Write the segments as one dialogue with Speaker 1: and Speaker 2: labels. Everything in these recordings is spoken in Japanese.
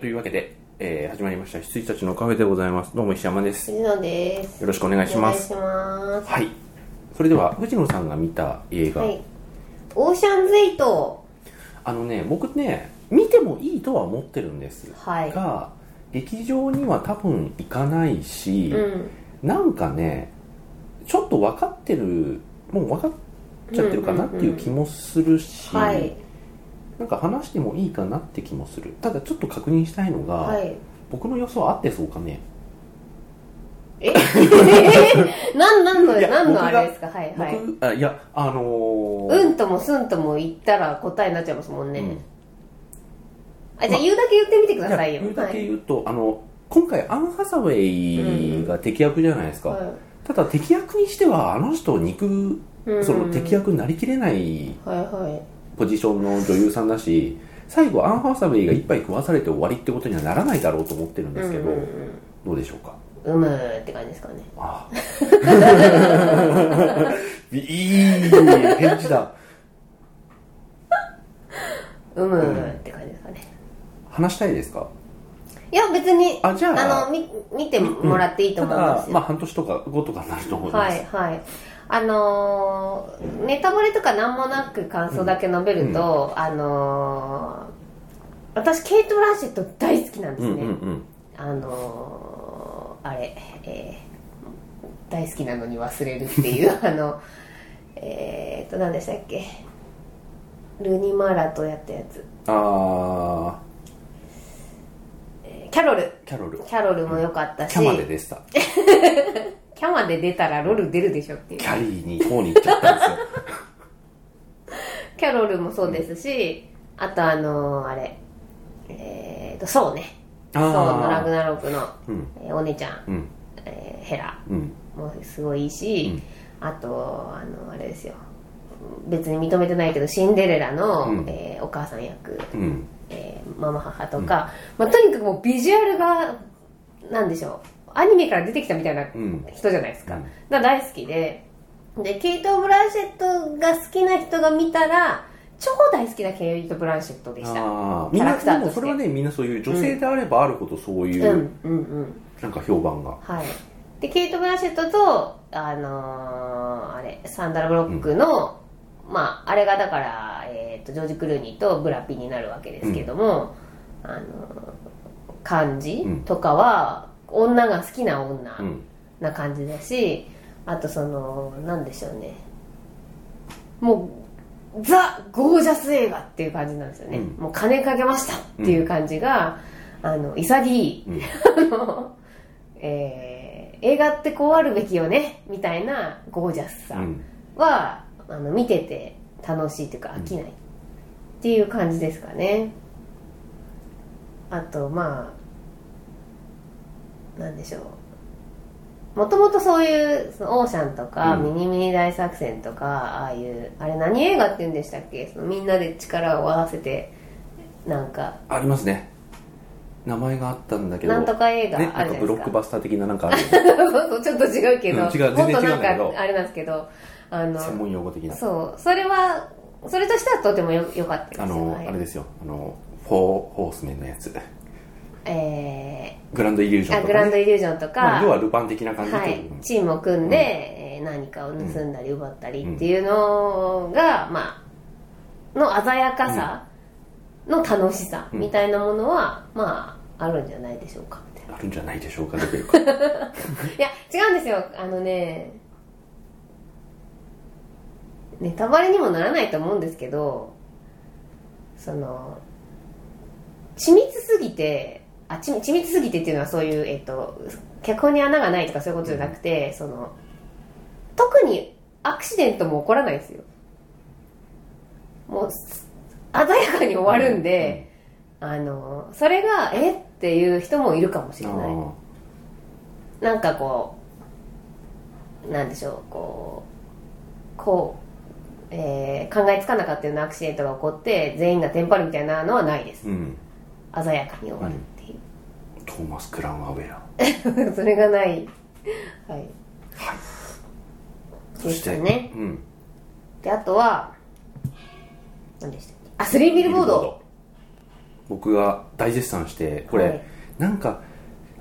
Speaker 1: というわけで、えー始まりました羊たちのカフェでございますどうも石山ですよ
Speaker 2: 藤野です。
Speaker 1: ろしくお願いし
Speaker 2: お願
Speaker 1: ま
Speaker 2: い
Speaker 1: す
Speaker 2: します。
Speaker 1: はいそれでは藤野さんが見た映画、
Speaker 2: はい。オーシャンズエイト。
Speaker 1: あのね僕ね見てもいいとは思ってるんです
Speaker 2: はい。
Speaker 1: が劇場には多分行かないし、
Speaker 2: うん。
Speaker 1: なんかねちょっと分かってるもう分かっちゃってるかなっていう気もするし、
Speaker 2: はい。
Speaker 1: なんか話してもいいかなって気もするただちょっと確認したいのが、
Speaker 2: はい。
Speaker 1: 僕の予想合ってそうかね
Speaker 2: えなん、なんの、
Speaker 1: いや
Speaker 2: なんのあ
Speaker 1: 僕が
Speaker 2: れですかはいはい。
Speaker 1: 僕あいやあのー
Speaker 2: うんともすんとも言ったら答えになっちゃいますもんね。
Speaker 1: うん
Speaker 2: あ、じゃあ言うだけ言ってみてくださいよ。
Speaker 1: いや言うだけ
Speaker 2: はい
Speaker 1: 言うと、あの今回アン・ハサウェイが敵役じゃないですか、
Speaker 2: は
Speaker 1: ただ敵役にしてはあの人肉
Speaker 2: いうん
Speaker 1: その敵役になりきれない
Speaker 2: はいは
Speaker 1: ポジションの女優さんだし最後アン・ハサウェイが一杯食わされて終わりってことにはならないだろうと思ってるん
Speaker 2: い。
Speaker 1: ですけど、
Speaker 2: うんうん
Speaker 1: どうでしょうか
Speaker 2: うんうむーって感じですかね。
Speaker 1: あ あいい返事だ
Speaker 2: うむーって感じですかね。
Speaker 1: 話したいですか
Speaker 2: いや、別に、
Speaker 1: あじゃあ
Speaker 2: あの、み、見てもらっていいと
Speaker 1: た
Speaker 2: 思いま
Speaker 1: だ
Speaker 2: す、よ
Speaker 1: まあ、。半年とか後とかになると思いま
Speaker 2: は
Speaker 1: す、
Speaker 2: いはいあのーネタバレとか何もなく感想だけ述べると、あのー私ケイト・ブランシェット大好きなんで
Speaker 1: う
Speaker 2: す
Speaker 1: ん
Speaker 2: ね、
Speaker 1: うんうん
Speaker 2: あのーあれ、えー大好きなのに忘れるってい うあのえー、っと何でしたっけルニ・マーラとやったやつ
Speaker 1: あ
Speaker 2: えーキャロル
Speaker 1: ーキャロル
Speaker 2: キャロルも良かったし
Speaker 1: キャまででした
Speaker 2: キャマで出たらロル出るでしょっていう
Speaker 1: キャリーに方に行っちゃったんですよ
Speaker 2: キャロルもそうですし、あとあのーあれ、えーと、そうね。 そうのラグ
Speaker 1: あ
Speaker 2: ナロクの、
Speaker 1: ーうん
Speaker 2: えーお姉ちゃん、
Speaker 1: うん
Speaker 2: えーヘラ
Speaker 1: うん
Speaker 2: もすごいいいし、あと、あの、あれですよ。別に認めてないけど、シンデレラの、
Speaker 1: うん
Speaker 2: えーお母さん役、
Speaker 1: うん
Speaker 2: えーママ母とか、まあ、とにかくもうビジュアルが、なんでしょう、アニメから出てきたみたいな
Speaker 1: うん
Speaker 2: 人じゃないですか。
Speaker 1: うん
Speaker 2: だから大好きで、で、ケイト・ブランシェットが好きな人が見たら、超大好きなケイト・ブランシェットでした。うん、
Speaker 1: あー
Speaker 2: キ
Speaker 1: みん
Speaker 2: ャ
Speaker 1: な
Speaker 2: ラクタ
Speaker 1: で
Speaker 2: ーとして
Speaker 1: もそれはねみんなそういう女性であればあるほどそういうう、
Speaker 2: ん、うん。
Speaker 1: なんか評判が
Speaker 2: はい。で、ケイト・ブランシェットと、あのーあれ、サンダル・ブロックの、まあ、あれがだから、えっ、と、ジョージ・クルーニーとブラピになるわけですけども、あのー感じ
Speaker 1: うん
Speaker 2: とかは、女が好きな女
Speaker 1: うん
Speaker 2: な感じだし、あとその、なんでしょうね。もう、ザ・ゴージャス映画っていう感じなんですよね。
Speaker 1: うん
Speaker 2: もう金かけましたっていう感じが、あの、潔い。
Speaker 1: うん
Speaker 2: あの、えー映画ってこうあるべきよねみたいなゴージャス
Speaker 1: う
Speaker 2: さ
Speaker 1: ん
Speaker 2: は、あの見てて楽しいというか飽きないっていう感じですかねあとまあなんでしょうもともとそういうそのオーシャンとか、
Speaker 1: うん
Speaker 2: ミニミニ大作戦とかああいうあれ何映画って言うんでしたっけそのみんなで力を合わせてなんか
Speaker 1: ありますね名前があったんだけど
Speaker 2: なんとか映
Speaker 1: ね
Speaker 2: 画あるじゃ
Speaker 1: な
Speaker 2: な
Speaker 1: ん
Speaker 2: いで
Speaker 1: か
Speaker 2: すか
Speaker 1: ブロックバスター的ななんかあるよね
Speaker 2: そうそう、ちょっと違うけ
Speaker 1: う
Speaker 2: ど、
Speaker 1: ん違う全然
Speaker 2: もっとな
Speaker 1: 違うんんだけど
Speaker 2: か、あれなんですけど、あ
Speaker 1: 専
Speaker 2: の、
Speaker 1: 門用語的な
Speaker 2: そう、それは、それとしてはとてもよ良かったですよ。
Speaker 1: あの、
Speaker 2: はい
Speaker 1: あれですよあのフォーホースメンのやつ
Speaker 2: え
Speaker 1: グランドイリュージ
Speaker 2: ー、
Speaker 1: ョ
Speaker 2: あ
Speaker 1: ンと
Speaker 2: グ
Speaker 1: か、
Speaker 2: ラン
Speaker 1: ね
Speaker 2: ドイリュージョンとか、
Speaker 1: まあ、要はルパン的な感じと
Speaker 2: は
Speaker 1: いう
Speaker 2: い
Speaker 1: うん、
Speaker 2: チームを組んで、えー何かを盗んだり奪ったりっていうのが、まあ、の鮮やかさの楽しさみたいなものは、まあ、あるんじゃないでしょうか。みたいな
Speaker 1: あるんじゃないでしょうかというか
Speaker 2: いや、違うんですよ。あのね、ネタバレにもならないと思うんですけど、その、緻密すぎて、あ、緻緻密すぎてっていうのはそういう、えっ、と、脚本に穴がないとかそういうことじゃなくて、その、特にアクシデントも起こらないんですよ。もう、鮮やかに終わるんで、あの、それが、えっていう人もいるかもし
Speaker 1: あ
Speaker 2: れない。
Speaker 1: ー
Speaker 2: なんかこうなんでしょうこうこう、えー考えつかなかったようなアクシデントが起こって全員がテンパるみたいなのはないです
Speaker 1: うん
Speaker 2: 鮮やかに終わるってい
Speaker 1: トーマス・クラウン・アウェア
Speaker 2: う、 それがないはい、でしたね
Speaker 1: うん
Speaker 2: であとは何でしたっけあスリービルボード
Speaker 1: 僕が大絶賛してこれ、
Speaker 2: はい
Speaker 1: なんか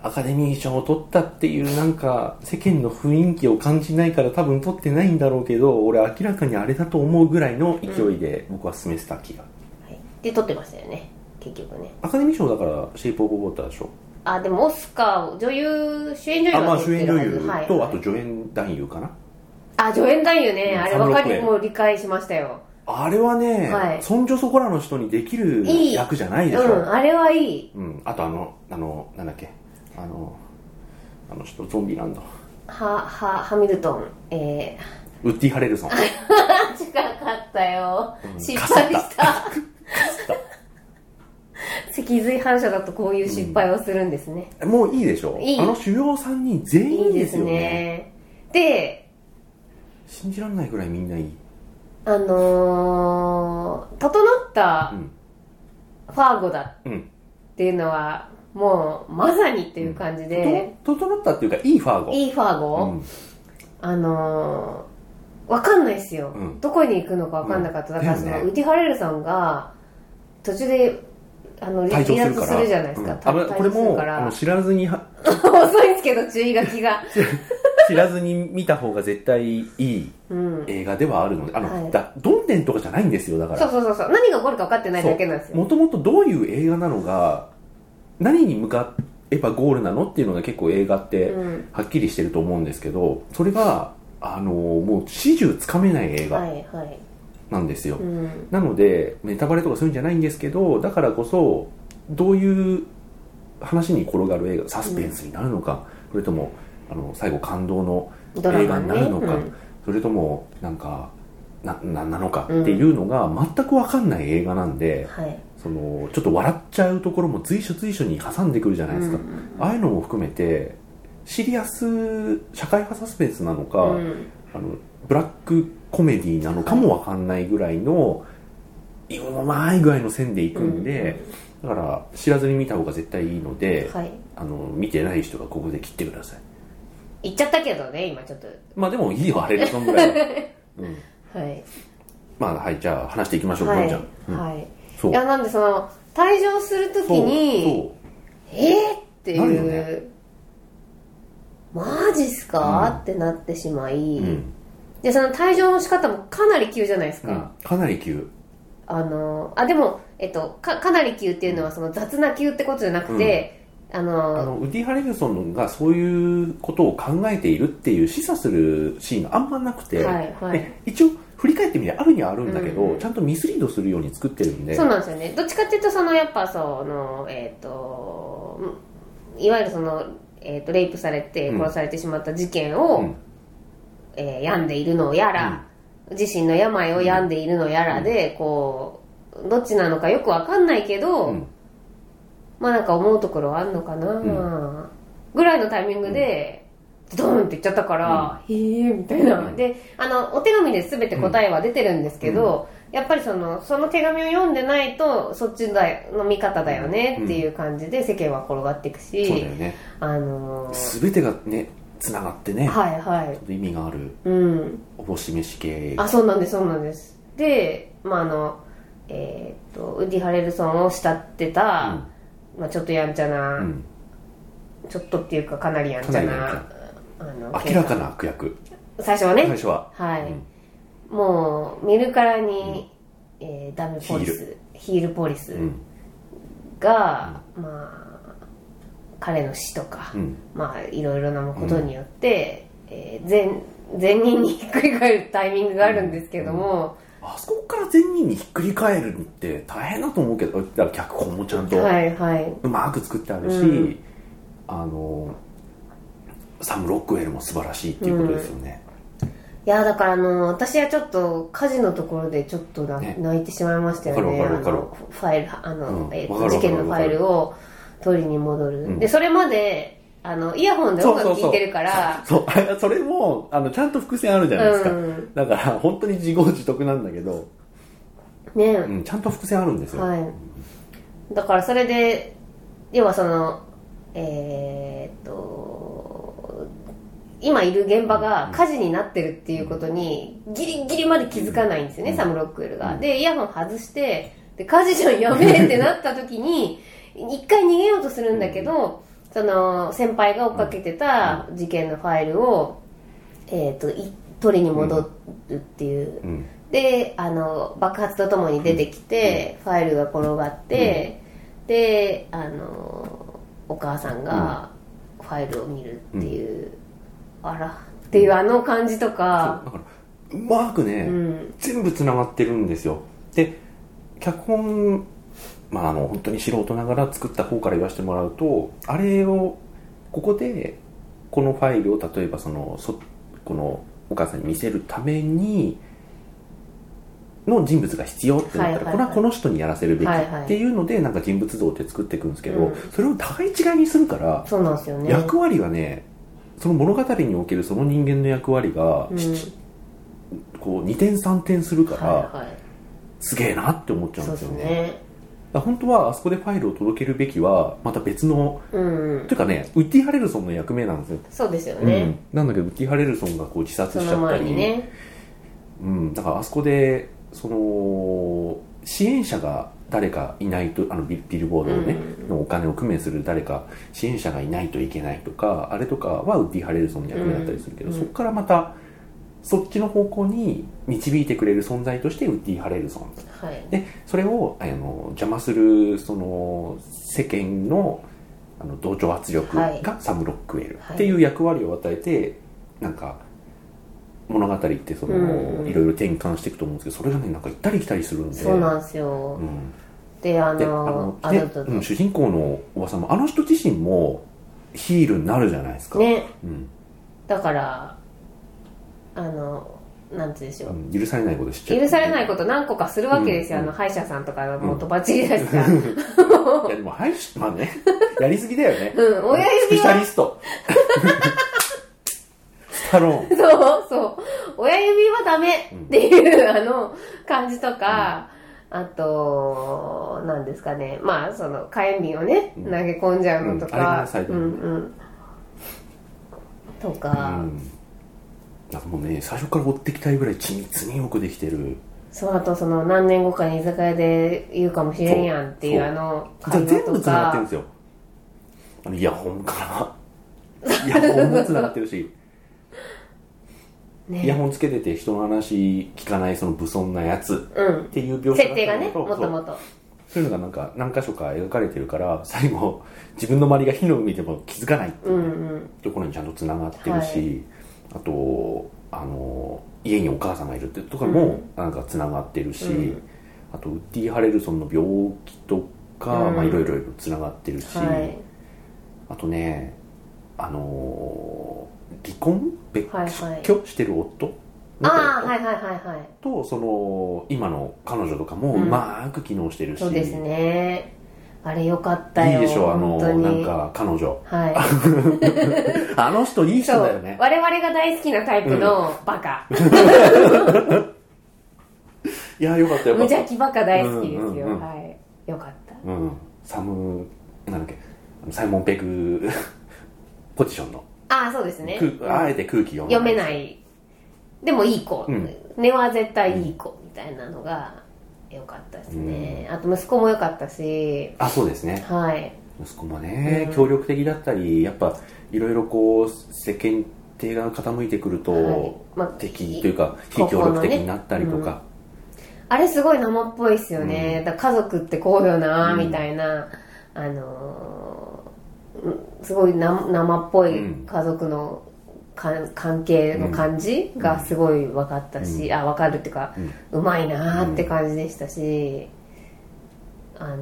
Speaker 1: アカデミー賞を取ったっていうなんか世間の雰囲気を感じないから多分取ってないんだろうけど俺明らかにあれだと思うぐらいの勢いで僕は進めてた気が、
Speaker 2: はいで撮ってましたよね結局ね
Speaker 1: アカデミー賞だからシェイプ・オブ・ウォーターでしょ
Speaker 2: あでもオスカーを女優主演女優
Speaker 1: あまあ
Speaker 2: 撮っ
Speaker 1: 主
Speaker 2: て
Speaker 1: 演
Speaker 2: る
Speaker 1: 女
Speaker 2: はず
Speaker 1: 優
Speaker 2: はい
Speaker 1: とあと助演男優かな
Speaker 2: あ助演男優ね、
Speaker 1: うん
Speaker 2: あれ分か
Speaker 1: サムロックウェ
Speaker 2: り
Speaker 1: イ
Speaker 2: もう理解しましたよ
Speaker 1: あれはね、
Speaker 2: はい
Speaker 1: そんじょそこらの人にできる
Speaker 2: いい
Speaker 1: 役じゃないでしょ
Speaker 2: うんあれはいい
Speaker 1: うん、あとあの、あの、なんだっけ、あの、あの人、ゾンビランド、
Speaker 2: ははハミルトンえー、
Speaker 1: ウッディ・ハレルソン、
Speaker 2: 近かったよ、
Speaker 1: うん
Speaker 2: 失
Speaker 1: か
Speaker 2: 敗し
Speaker 1: す
Speaker 2: た 脊髄反射だとこういう失敗をするんですね、
Speaker 1: もういいでしょ
Speaker 2: いい
Speaker 1: あの主要3人全員
Speaker 2: いい
Speaker 1: で
Speaker 2: ですす
Speaker 1: よね
Speaker 2: ねで
Speaker 1: 信じられないぐらいみんないい、
Speaker 2: あのー、整った
Speaker 1: うん
Speaker 2: ファーゴだ
Speaker 1: うん、
Speaker 2: っていうのはもうまさにっていう感じで、
Speaker 1: と整ったっていうかいいファーゴ
Speaker 2: いいファーゴ、
Speaker 1: うん
Speaker 2: あのー、わかんないですよ、
Speaker 1: うん
Speaker 2: どこに行くのかわかんなかった、
Speaker 1: うん
Speaker 2: だからその、
Speaker 1: だよね
Speaker 2: ウディ・ハレルさんが途中であの
Speaker 1: 退
Speaker 2: 離
Speaker 1: 場する
Speaker 2: 脱
Speaker 1: か
Speaker 2: す
Speaker 1: ら
Speaker 2: るじゃないです
Speaker 1: うん
Speaker 2: か、
Speaker 1: あまあ
Speaker 2: 退場
Speaker 1: これ
Speaker 2: する
Speaker 1: も
Speaker 2: か
Speaker 1: あの
Speaker 2: ら
Speaker 1: 知らずには
Speaker 2: 遅いんですけど注意書きが
Speaker 1: 知らずに見た方が絶対いい
Speaker 2: うん
Speaker 1: 映画ではあるのであの、
Speaker 2: はい
Speaker 1: だどんでんとかじゃないんですよだから
Speaker 2: そうそうそうそう何が起こるか分かってないだけなんですよ
Speaker 1: もともとどういう映画なのが何に向かえばゴールなのっていうのが結構映画って
Speaker 2: うん
Speaker 1: はっきりしてると思うんですけどそれがあのもう始終つかめない映
Speaker 2: は
Speaker 1: 画
Speaker 2: いはい
Speaker 1: なんですよ、
Speaker 2: うん
Speaker 1: なのでネタバレとかそういうんじゃないんですけどだからこそどういう話に転がる映画サスペンスになるのか、それともあの最後感動の
Speaker 2: ドラ
Speaker 1: 映
Speaker 2: マ
Speaker 1: 画
Speaker 2: ね
Speaker 1: になるのか、
Speaker 2: うん
Speaker 1: それともなんかななんなのかっていうのが全く分かんない映画なんで、
Speaker 2: はい
Speaker 1: そのちょっと笑っちゃうところも随所随所に挟んでくるじゃないですか、
Speaker 2: うんうん
Speaker 1: ああいうのも含めてシリアス社会派サスペンスなのか、
Speaker 2: うん
Speaker 1: あのブラックコメディなのかもわかんないぐらいの、うまい具合の線でいくんで、だから知らずに見た方が絶対いいので、
Speaker 2: はい
Speaker 1: あの見てない人がここで切ってください
Speaker 2: 言っちゃったけどね今ちょっと
Speaker 1: まあでもいいよあれそんぐらいは、 うん、
Speaker 2: はい
Speaker 1: まあはいじゃあ話していきましょう、
Speaker 2: は
Speaker 1: ゴン
Speaker 2: い
Speaker 1: ちゃん、うん
Speaker 2: はい
Speaker 1: そう
Speaker 2: いやなんでその退場するとき
Speaker 1: そう
Speaker 2: に
Speaker 1: そう
Speaker 2: えー、ってい
Speaker 1: なるよ
Speaker 2: う、
Speaker 1: ね
Speaker 2: マジっすか、ってなってしまい、
Speaker 1: うん
Speaker 2: でその退場の仕方もかなり急じゃないですか、
Speaker 1: うんかなり急
Speaker 2: あのあでも、えっと、かかなり急っていうのはその雑な急ってことじゃなくて、あの
Speaker 1: あのウディ・ハレルソンがそういうことを考えているっていう示唆するシーンがあんまなくて、
Speaker 2: はいはい、
Speaker 1: ね一応振り返ってみればあるにはあるんだけど、
Speaker 2: うん
Speaker 1: ちゃんとミスリードするように作ってるんで
Speaker 2: そうなんですよねどっちかっていうとそのやっぱそのえっ、とうんいわゆるその、えっとレイプされて
Speaker 1: うん
Speaker 2: 殺されてしまった事件を、
Speaker 1: うん
Speaker 2: えー病んでいるのやら、自身の病を病んでいるのやらで、こうどっちなのかよくわかんないけど、
Speaker 1: うん
Speaker 2: まあなんか思うところはあんのかな、
Speaker 1: ん
Speaker 2: ぐらいのタイミングで、ドーンって言っちゃったから、へえみたいな、
Speaker 1: うん
Speaker 2: であのお手紙で全て答えは出てるんですけど、やっぱりそのその手紙を読んでないとそっちだよの見方だよねっていう感じで世間は転がっていくし、
Speaker 1: そうだよね
Speaker 2: あのー
Speaker 1: 全てがねつながってね、
Speaker 2: はいはい
Speaker 1: ちょっと意味がある
Speaker 2: うん
Speaker 1: おぼし飯系
Speaker 2: あそうなんですそうなんですでまああのえーっとウディ・ハレルソンを慕ってた、まあ、ちょっとやんちゃな、
Speaker 1: うんうん
Speaker 2: ちょっとっていうかかなりやんちゃな
Speaker 1: かなりやん
Speaker 2: あの
Speaker 1: 明らかな悪役
Speaker 2: 最初
Speaker 1: 最
Speaker 2: はね
Speaker 1: 初は、
Speaker 2: はい、
Speaker 1: うん
Speaker 2: もう見るからに、えーダメポリスヒールポリス
Speaker 1: うん
Speaker 2: が、まあ彼の死とか、
Speaker 1: うん
Speaker 2: まあいろいろなことによって、えー全全人にひっくり返るタイミングがあるんですけども、
Speaker 1: あそこから善人にひっくり返るって大変だと思うけどだから脚本もちゃんと、
Speaker 2: はいはいう
Speaker 1: まく作ってあるし、
Speaker 2: うん
Speaker 1: あのサム・ロックウェルも素晴らしいっていうことですよね、
Speaker 2: いやだからあの私はちょっと火事のところでちょっとな、
Speaker 1: ね
Speaker 2: 泣いてしまいましたよね
Speaker 1: わかるわかる
Speaker 2: あのファイルあの、
Speaker 1: うん
Speaker 2: えっ
Speaker 1: わかるわ
Speaker 2: と
Speaker 1: かる
Speaker 2: 事件のファイルを取りに戻る、
Speaker 1: うん
Speaker 2: でそれまであのイヤホンで音楽聴いてるから
Speaker 1: そうあそれもあのちゃんと伏線あるじゃないですか、
Speaker 2: うん
Speaker 1: だから本当に自業自得なんだけど、
Speaker 2: ね、
Speaker 1: うん、ちゃんと伏線あるんですよ、
Speaker 2: はいだからそれで要はそのえーっと今いる現場が火事になってるっていうことにギリギリまで気づかないんですよね、
Speaker 1: うん
Speaker 2: サム・ロックウェルが、
Speaker 1: うん
Speaker 2: でイヤホン外してでカジちゃんやべえってなった時に 一回逃げようとするんだけど、その先輩が追っかけてた事件のファイルを、えー、とい取りに戻るっていう、
Speaker 1: うん
Speaker 2: であの爆発とともに出てきて、ファイルが転がって、であのお母さんがファイルを見るっていう、あらっていうあの感じとか
Speaker 1: だからうまくね、
Speaker 2: うん
Speaker 1: 全部つながってるんですよで脚本まああの本当に素人ながら作った方から言わせてもらうとあれをここでこのファイルを例えばそのそこのお母さんに見せるためにの人物が必要ってなったら、
Speaker 2: はいはいはい
Speaker 1: これはこの人にやらせるべき
Speaker 2: はいはい
Speaker 1: っていうので、なんか人物像って作っていくんですけど、
Speaker 2: うん
Speaker 1: それを互い違いにするから、
Speaker 2: そうなんですよね
Speaker 1: 役割はねその物語におけるその人間の役割が、
Speaker 2: うん
Speaker 1: こう2点3点するから、
Speaker 2: はいはい
Speaker 1: すげえなって思っちゃうん
Speaker 2: そう
Speaker 1: で
Speaker 2: ですす
Speaker 1: よね
Speaker 2: ね
Speaker 1: だから本当はあそこでファイルを届けるべきはまた別の
Speaker 2: うんうん
Speaker 1: というかねウッディ・ハレルソンの役目なんですよ、
Speaker 2: そうですよ
Speaker 1: う
Speaker 2: ね
Speaker 1: ん、なんだけどウッディ・ハレルソンがこう自殺
Speaker 2: そ
Speaker 1: しちゃ
Speaker 2: の
Speaker 1: ったり、
Speaker 2: 前にね
Speaker 1: うん、だからあそこでその支援者が誰かいないとあのビビルボードのね、
Speaker 2: うん
Speaker 1: のお金を工面する誰か支援者がいないといけないとかあれとかはウッディ・ハレルソンの役目だったりするけど、
Speaker 2: うん
Speaker 1: そこからまたそっちの方向に導いてくれる存在としてウッディ・ハレルソン
Speaker 2: はい
Speaker 1: でそれをあの邪魔するその世間のあの同調圧力
Speaker 2: はい
Speaker 1: がサム・ロックウェル
Speaker 2: はい
Speaker 1: っていう役割を与えて、なんか物語ってその、
Speaker 2: うんうん
Speaker 1: いろいろ転換していくと思うんですけどそれがねなんか行ったり来たりするんで
Speaker 2: そうなんんですよ
Speaker 1: うん
Speaker 2: であ
Speaker 1: であの
Speaker 2: のあ
Speaker 1: ね
Speaker 2: なた
Speaker 1: うん主人公のおばさんもあの人自身もヒールになるじゃないですか、
Speaker 2: ね
Speaker 1: うん
Speaker 2: だからあのなんて言うんでしょう
Speaker 1: うん許されないことしちゃう
Speaker 2: 許されないこと何個かするわけですよ、
Speaker 1: うん
Speaker 2: あの歯医者さんとかはも
Speaker 1: ん
Speaker 2: うドバッチリです から、うん、
Speaker 1: いやでもはいまあね やりすぎだよね
Speaker 2: 親
Speaker 1: スペ
Speaker 2: 指
Speaker 1: シャ
Speaker 2: は
Speaker 1: リス トスタローン
Speaker 2: そうそう親指はダメっていう、あの感じとか、あとなんですかねまあその火炎瓶をね、
Speaker 1: うん
Speaker 2: 投げ込んじゃうのと
Speaker 1: うんあれ
Speaker 2: か
Speaker 1: が、最後
Speaker 2: う
Speaker 1: のね
Speaker 2: んうんと
Speaker 1: う
Speaker 2: か、
Speaker 1: んなんかもうね最初から追ってきたいぐらい緻密によくできてる
Speaker 2: そうあとその何年後かに居酒屋で言うかもしれんやんっていう
Speaker 1: そう
Speaker 2: あの
Speaker 1: じゃ
Speaker 2: 会
Speaker 1: あ
Speaker 2: 話
Speaker 1: 全部
Speaker 2: と
Speaker 1: つながってるんで
Speaker 2: か
Speaker 1: すよあのイヤホンからイヤホンもつながってる し、イヤ
Speaker 2: ね
Speaker 1: ホンつけてて人の話聞かないその武装なやつ
Speaker 2: うん
Speaker 1: っていう描写
Speaker 2: 設定がね
Speaker 1: そう
Speaker 2: もっともっと
Speaker 1: そういうのがなんか何箇所か描かれてるから最後自分の周りが火の海でも気づかないっていううん
Speaker 2: うん
Speaker 1: ところにちゃんとつながってるし、あとあの家にお母さんがいるってとかもなんかつながってるし、
Speaker 2: うん
Speaker 1: あとウッディ・ハレルソンの病気とか、
Speaker 2: うん
Speaker 1: まあ、いろいろつながってるし、
Speaker 2: はい
Speaker 1: あとねあの離婚別居、
Speaker 2: はいはい
Speaker 1: してる夫
Speaker 2: ああはいはいはいはい
Speaker 1: とその今の彼女とかもう
Speaker 2: うん
Speaker 1: まく機能してるし、
Speaker 2: そうですねあれよかった
Speaker 1: いい
Speaker 2: よ
Speaker 1: でしょあの
Speaker 2: 本当に
Speaker 1: なんか彼女
Speaker 2: は
Speaker 1: あの人いい
Speaker 2: いそ
Speaker 1: 人だよ
Speaker 2: う
Speaker 1: ね
Speaker 2: 我々が大好きなタイプのバカ
Speaker 1: いやよかったよ
Speaker 2: 無
Speaker 1: かった
Speaker 2: 邪気バカ大好きです
Speaker 1: うんうんう
Speaker 2: よ
Speaker 1: ん
Speaker 2: はいよかった
Speaker 1: うん、サムなんだっけあのサイモン・ペグ ポジションの、
Speaker 2: ああそうですね
Speaker 1: 空あえて空気読
Speaker 2: 読め
Speaker 1: い
Speaker 2: ないでもいい子
Speaker 1: うん
Speaker 2: 根は絶対いい子みたいなのがよかったですねあと息子もよかったし
Speaker 1: あそうですね
Speaker 2: はい
Speaker 1: 息子もね、
Speaker 2: うん
Speaker 1: 協力的だったりやっぱいろいろこう世間体が傾いてくると、
Speaker 2: はいまあ
Speaker 1: 敵というか非
Speaker 2: ここ
Speaker 1: 協
Speaker 2: のね
Speaker 1: 力的になったりとか、
Speaker 2: あれすごい生っぽいっすよね、
Speaker 1: うん
Speaker 2: だから家族ってこうよな
Speaker 1: うん
Speaker 2: みたいな、あのーうんすごいな生っぽい
Speaker 1: うん
Speaker 2: 家族のかん関係の感じがすごい分かったし、あ分かるっていうか、うまいなーって感じでしたし、あのー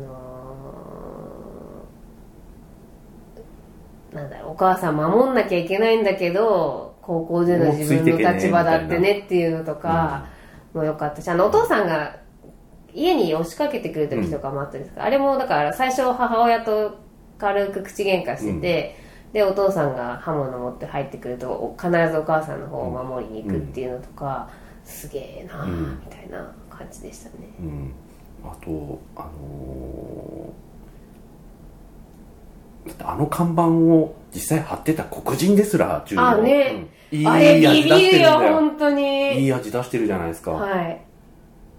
Speaker 2: なんだろうお母さん守んなきゃいけないんだけど高校での自分の立場だってねっていうのとかも良かったしあのお父さんが家に押しかけてくる時とかもあったんですけど、あれもだから最初母親と軽く口喧嘩してて、でお父さんが刃物持って入ってくるとお必ずお母さんの方を守りに行くっていうのとか、すげえなあ
Speaker 1: うん
Speaker 2: みたいな感じでしたね、
Speaker 1: うんあとあのーだってあの看板を実際貼ってた黒人ですら中
Speaker 2: あね、
Speaker 1: うんいい
Speaker 2: あれビ
Speaker 1: 味出し
Speaker 2: ビ
Speaker 1: てる
Speaker 2: る
Speaker 1: ん
Speaker 2: よ
Speaker 1: だよ
Speaker 2: 本当に
Speaker 1: いい味出してるじゃないですか、
Speaker 2: はい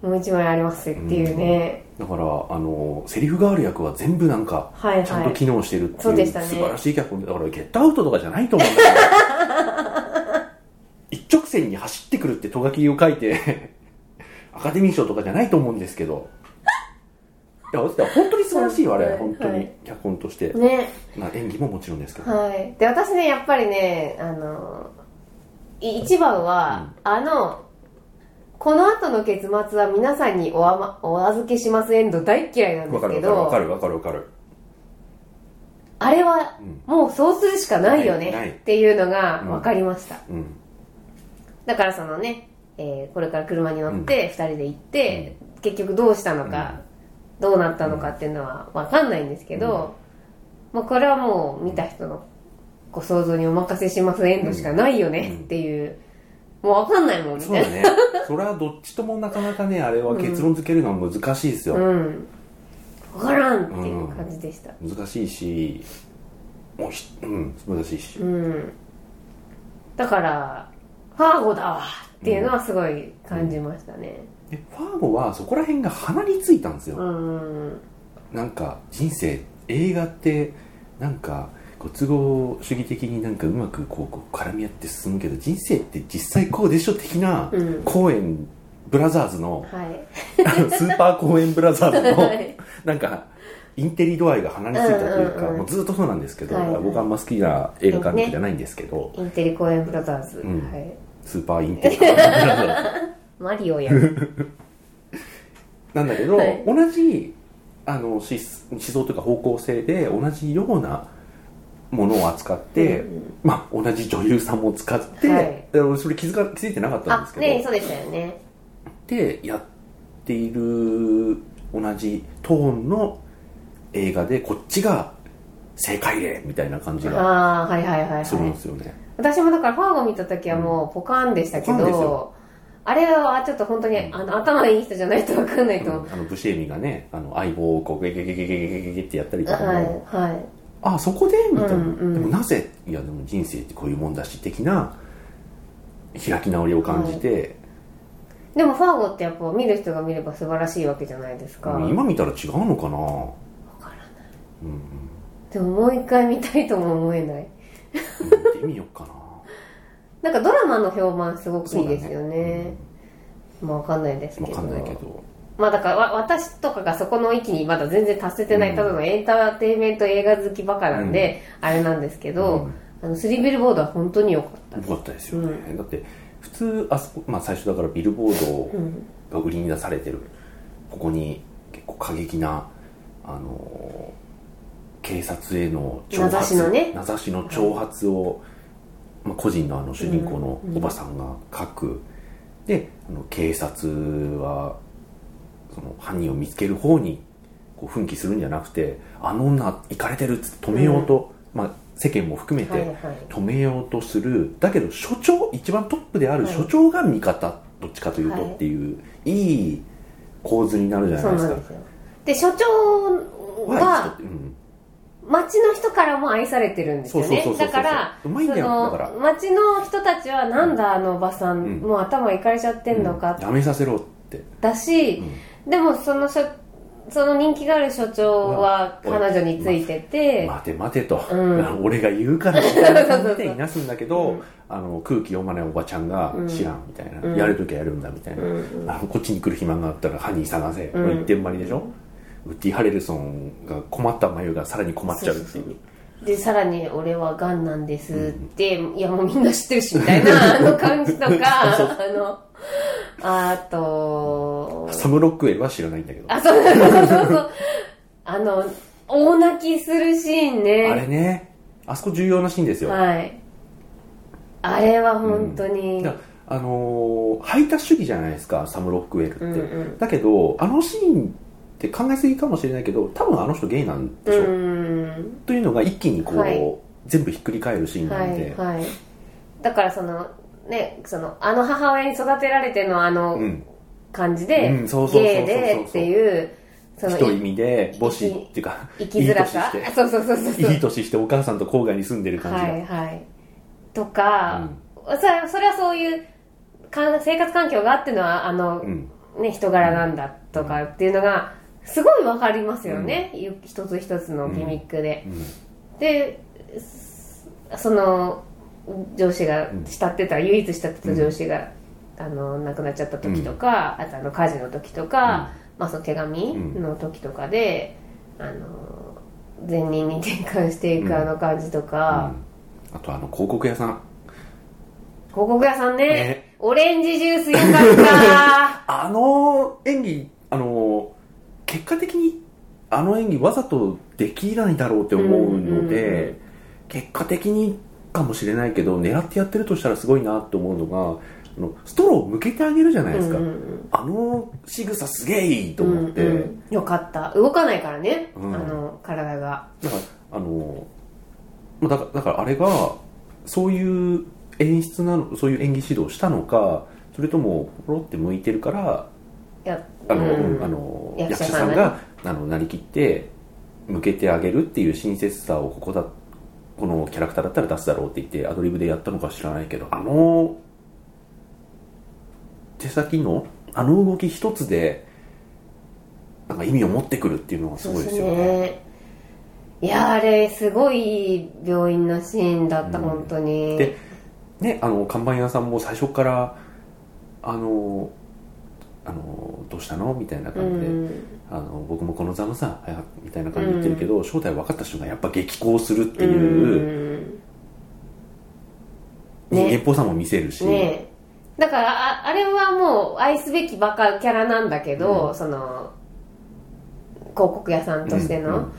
Speaker 2: もう一枚ありますっていうね、
Speaker 1: だからあのセリフがある役は全部なんか
Speaker 2: はい
Speaker 1: ちゃん
Speaker 2: は
Speaker 1: と
Speaker 2: い
Speaker 1: 機能してるってい、
Speaker 2: そううでしたね
Speaker 1: 素晴らしい脚本でだからゲットアウトとかじゃないと思うんだけど 一直線に走ってくるってとがきを書いて アカデミー賞とかじゃないと思うんですけどいやだから本当に素晴らしいよあ
Speaker 2: は
Speaker 1: れ
Speaker 2: い
Speaker 1: 本当
Speaker 2: は
Speaker 1: に
Speaker 2: い
Speaker 1: 脚本として、
Speaker 2: ね
Speaker 1: まあ、演技ももちろんですけど、
Speaker 2: はいで私ねやっぱりねあのい一番は、あのこの後の結末は皆さんにおあ、ま、お預けしますエンド大っ嫌いなんで
Speaker 1: わか
Speaker 2: す
Speaker 1: る
Speaker 2: け
Speaker 1: わかるわか
Speaker 2: ど
Speaker 1: るわかるわかる
Speaker 2: あれは
Speaker 1: うん
Speaker 2: もうそうするしかないよ
Speaker 1: ないない
Speaker 2: ねっていうのが
Speaker 1: うん
Speaker 2: 分かりました、
Speaker 1: うん
Speaker 2: だからそのね、えーこれから車に乗って2人で行って、結局どうしたのか、どうなったのかっていうのは分かんないんですけど、まあ、これはもう見た人のご想像にお任せしますエンドしかないよねっていう、もう分かんないもんみ
Speaker 1: そう
Speaker 2: たい
Speaker 1: だ
Speaker 2: な
Speaker 1: ねそれはどっちともなかなかねあれは結論付けるのは難しいですよ、
Speaker 2: うん分からんっていう感じでした
Speaker 1: 難しいしもうひうん難しいし、
Speaker 2: うん、だからファーゴだわっていうのはすごい感じましたね
Speaker 1: でファーゴはそこら辺が鼻についたんですよ、
Speaker 2: うん
Speaker 1: なんか人生映画ってなんかご都合主義的になんかうまくこうこう絡み合って進むけど人生って実際こうでしょ的な
Speaker 2: うん
Speaker 1: 公演ブラザーズ の
Speaker 2: はい
Speaker 1: あのスーパー公演ブラザーズ
Speaker 2: は
Speaker 1: の
Speaker 2: い
Speaker 1: なんかインテリ度合いが鼻についたというか、
Speaker 2: うんうんうん
Speaker 1: もうずっとそうなんですけど、
Speaker 2: はいはい
Speaker 1: 僕あんま好きな映画監督じゃないんですけど、
Speaker 2: インテリ公演ブラザーズ、
Speaker 1: うん
Speaker 2: はい、
Speaker 1: スーパーインテリブラザーズ
Speaker 2: マリオやはい
Speaker 1: なんだけど、
Speaker 2: はい
Speaker 1: 同じあの思思想というか方向性で同じようなものを扱って、
Speaker 2: うんうん
Speaker 1: まあ、同じ女優さんも使って、
Speaker 2: はい
Speaker 1: で俺それ気づか気づいてなかったんで
Speaker 2: あ
Speaker 1: すけど、
Speaker 2: ねそうでしたよね
Speaker 1: でやっている同じトーンの映画でこっちが正解例みたいな感じが
Speaker 2: ああはいはいはい
Speaker 1: するん
Speaker 2: は
Speaker 1: で
Speaker 2: い
Speaker 1: すよね。
Speaker 2: 私もだからファーゴ見た時はもうポカーンでしたけ
Speaker 1: ポカーンです
Speaker 2: ど
Speaker 1: よ、
Speaker 2: あれはちょっと本当にあの頭いい人じゃないと分かんないと思う、
Speaker 1: あのブシエミがねあの相棒をこうゲゲゲゲゲゲゲゲゲってやったりとかも、
Speaker 2: はいはい
Speaker 1: あそこでみたいな、
Speaker 2: うんうん
Speaker 1: でもなぜいやでも人生ってこういうもんだし的な開き直りを感じて、
Speaker 2: でもファーゴってやっぱ見る人が見れば素晴らしいわけじゃないですか
Speaker 1: 今見たら違うのかな
Speaker 2: からない
Speaker 1: うんうん
Speaker 2: でももう一回見たいとも思えない
Speaker 1: うん見てみようかな
Speaker 2: なんかドラマの評判すごくいいですよ
Speaker 1: そうだ
Speaker 2: ね
Speaker 1: ね
Speaker 2: まあ分かんない ですけ
Speaker 1: 分
Speaker 2: ど
Speaker 1: かんないけど
Speaker 2: まあだからわ私とかがそこの域にまだ全然達せてない、
Speaker 1: うん
Speaker 2: ただのエンターテインメント映画好きバカなんで、あれなんですけど、あのスリービルボードは本当に良かった
Speaker 1: よかったですよね、だって普通あそこ、まあ、最初だからビルボー
Speaker 2: ん
Speaker 1: ドが売りに出されてるここに結構過激なあのー警察への
Speaker 2: 名指しのね
Speaker 1: 名指しの挑発を、まあ、個人のあの主人公の
Speaker 2: うん
Speaker 1: おばさんが書く、であの警察はその犯人を見つける方にこう奮起するんじゃなくてあの女行かれてるっつって止めようと、まあ、世間も含めて、
Speaker 2: はいはい
Speaker 1: 止めようとするだけど所長一番トップである
Speaker 2: はい
Speaker 1: 所長が味方、どっちかというと
Speaker 2: はい
Speaker 1: っていう、い、い構図になるじゃな
Speaker 2: そ
Speaker 1: いうです
Speaker 2: な
Speaker 1: か
Speaker 2: んですよで所長
Speaker 1: は
Speaker 2: が
Speaker 1: いうん
Speaker 2: 町の人からも愛されてるんです
Speaker 1: そう
Speaker 2: よ
Speaker 1: そう
Speaker 2: ね
Speaker 1: そうそう
Speaker 2: だから
Speaker 1: うまいんだよ
Speaker 2: そ
Speaker 1: だ
Speaker 2: の
Speaker 1: から
Speaker 2: 町の人たちはなんだあのおばさん、
Speaker 1: うん
Speaker 2: もう頭いかれちゃってんのか
Speaker 1: うんやめさせろって、
Speaker 2: だし
Speaker 1: う、ん
Speaker 2: でもその所その人気がある所長は
Speaker 1: うん
Speaker 2: 彼女についてて、
Speaker 1: 待て待てと、
Speaker 2: うん
Speaker 1: 俺が言うからみたいな感じでいなすんだけど、
Speaker 2: うん
Speaker 1: あの空気読まないおばちゃんが
Speaker 2: うん
Speaker 1: 知らんみたいな、
Speaker 2: うん
Speaker 1: やるときはやるんだみたいな、
Speaker 2: うんうん
Speaker 1: あのこっちに来る暇があったら犯人探せ、
Speaker 2: うん
Speaker 1: これ一点張りでしょ、ウッディ・ハレルソンが困った眉がさらに困っちゃうっていう
Speaker 2: そうそうそうでさらに「俺はがんなんです」って、いやもうみんな知ってるしみたいな あの感じとかあのあと
Speaker 1: サム・ロックウェルは知らないんだけど
Speaker 2: あそうそうそうそうあの大泣きするシーン
Speaker 1: あれ
Speaker 2: ね
Speaker 1: ね、あそこ重要なシーンですよ。
Speaker 2: はいあれは本当に、
Speaker 1: だあのー排他主義じゃないですか、サム・ロックウェルって。
Speaker 2: うんうん
Speaker 1: だけど、あのシーンって考えすぎかもしれないけど、多分あの人ゲイなんで
Speaker 2: う
Speaker 1: しょう。
Speaker 2: ん
Speaker 1: というのが一気にこう、
Speaker 2: はい
Speaker 1: 全部ひっくり返るシーンな
Speaker 2: は
Speaker 1: ん
Speaker 2: い
Speaker 1: で、
Speaker 2: はいだからそのねそのあの母親に育てられてのあの
Speaker 1: うん、
Speaker 2: 感じで、
Speaker 1: うんそうそうそうそう
Speaker 2: ゲイでっていうその
Speaker 1: 一人身で母子っていうか、
Speaker 2: 生きづら
Speaker 1: いい
Speaker 2: さ
Speaker 1: 年して
Speaker 2: そうそうそうそう そう
Speaker 1: いい年してお母さんと郊外に住んでる感じが。
Speaker 2: はいはいとか、それそれはそういうかん生活環境があってのはあの、
Speaker 1: うん
Speaker 2: ね人柄なんだとかっていうのがすごいわかりますよね、一つ一つのギミックで、で s- その上司が
Speaker 1: うん
Speaker 2: 慕ってた唯一慕ってた上司が、あの亡くなっちゃった時とか、あとあの火事の時とか、まあ、その手紙の時とかで、あの前任に転換していくあの感じとか、
Speaker 1: うんあとあの広告屋さん
Speaker 2: 広告屋さんね
Speaker 1: ね
Speaker 2: オレンジジュースよ かっ
Speaker 1: あの演技あの結果的にあの演技わざとできないだろうって思うので、
Speaker 2: うんうんうん
Speaker 1: 結果的にかもしれないけど狙ってやってるとしたらすごいなと思うのがあのストローを向けてあげるじゃな
Speaker 2: た
Speaker 1: いですか、
Speaker 2: うんうんうん
Speaker 1: あの仕草すげえいいと思って、
Speaker 2: うんうんよかった動かないからね、
Speaker 1: うん
Speaker 2: あの体が
Speaker 1: だからあのまあだからだからあれがそういう演出なのそういう演技指導をしたのかそれともポロって向いてるから
Speaker 2: いや
Speaker 1: あの、
Speaker 2: うん
Speaker 1: うんあの役者
Speaker 2: 役者
Speaker 1: さん
Speaker 2: さんがね
Speaker 1: があのなりきって向けてあげるっていう親切さをここだこのキャラクターだったら出すだろうって言ってアドリブでやったのか知らないけどあの手先のあの動き一つでなんか意味を持ってくるっていうのがすごいですよ
Speaker 2: そう
Speaker 1: ね。
Speaker 2: ねいやあれすごい病院のシーンだった、
Speaker 1: うん
Speaker 2: 本当に
Speaker 1: でね、あの看板屋さんも最初から「あのあのどうしたの?」みたいな
Speaker 2: う
Speaker 1: 感じで、
Speaker 2: ん
Speaker 1: あの「僕もこの座のさ」はやみたいな感じで言ってるけど、正体分かった瞬間やっぱ激高するっていう
Speaker 2: うん
Speaker 1: 人間っぽさも見せるし、
Speaker 2: うんねえだからああれはもう愛すべきバカキャラなんだけど、
Speaker 1: う
Speaker 2: その広告屋さんとしての、
Speaker 1: うん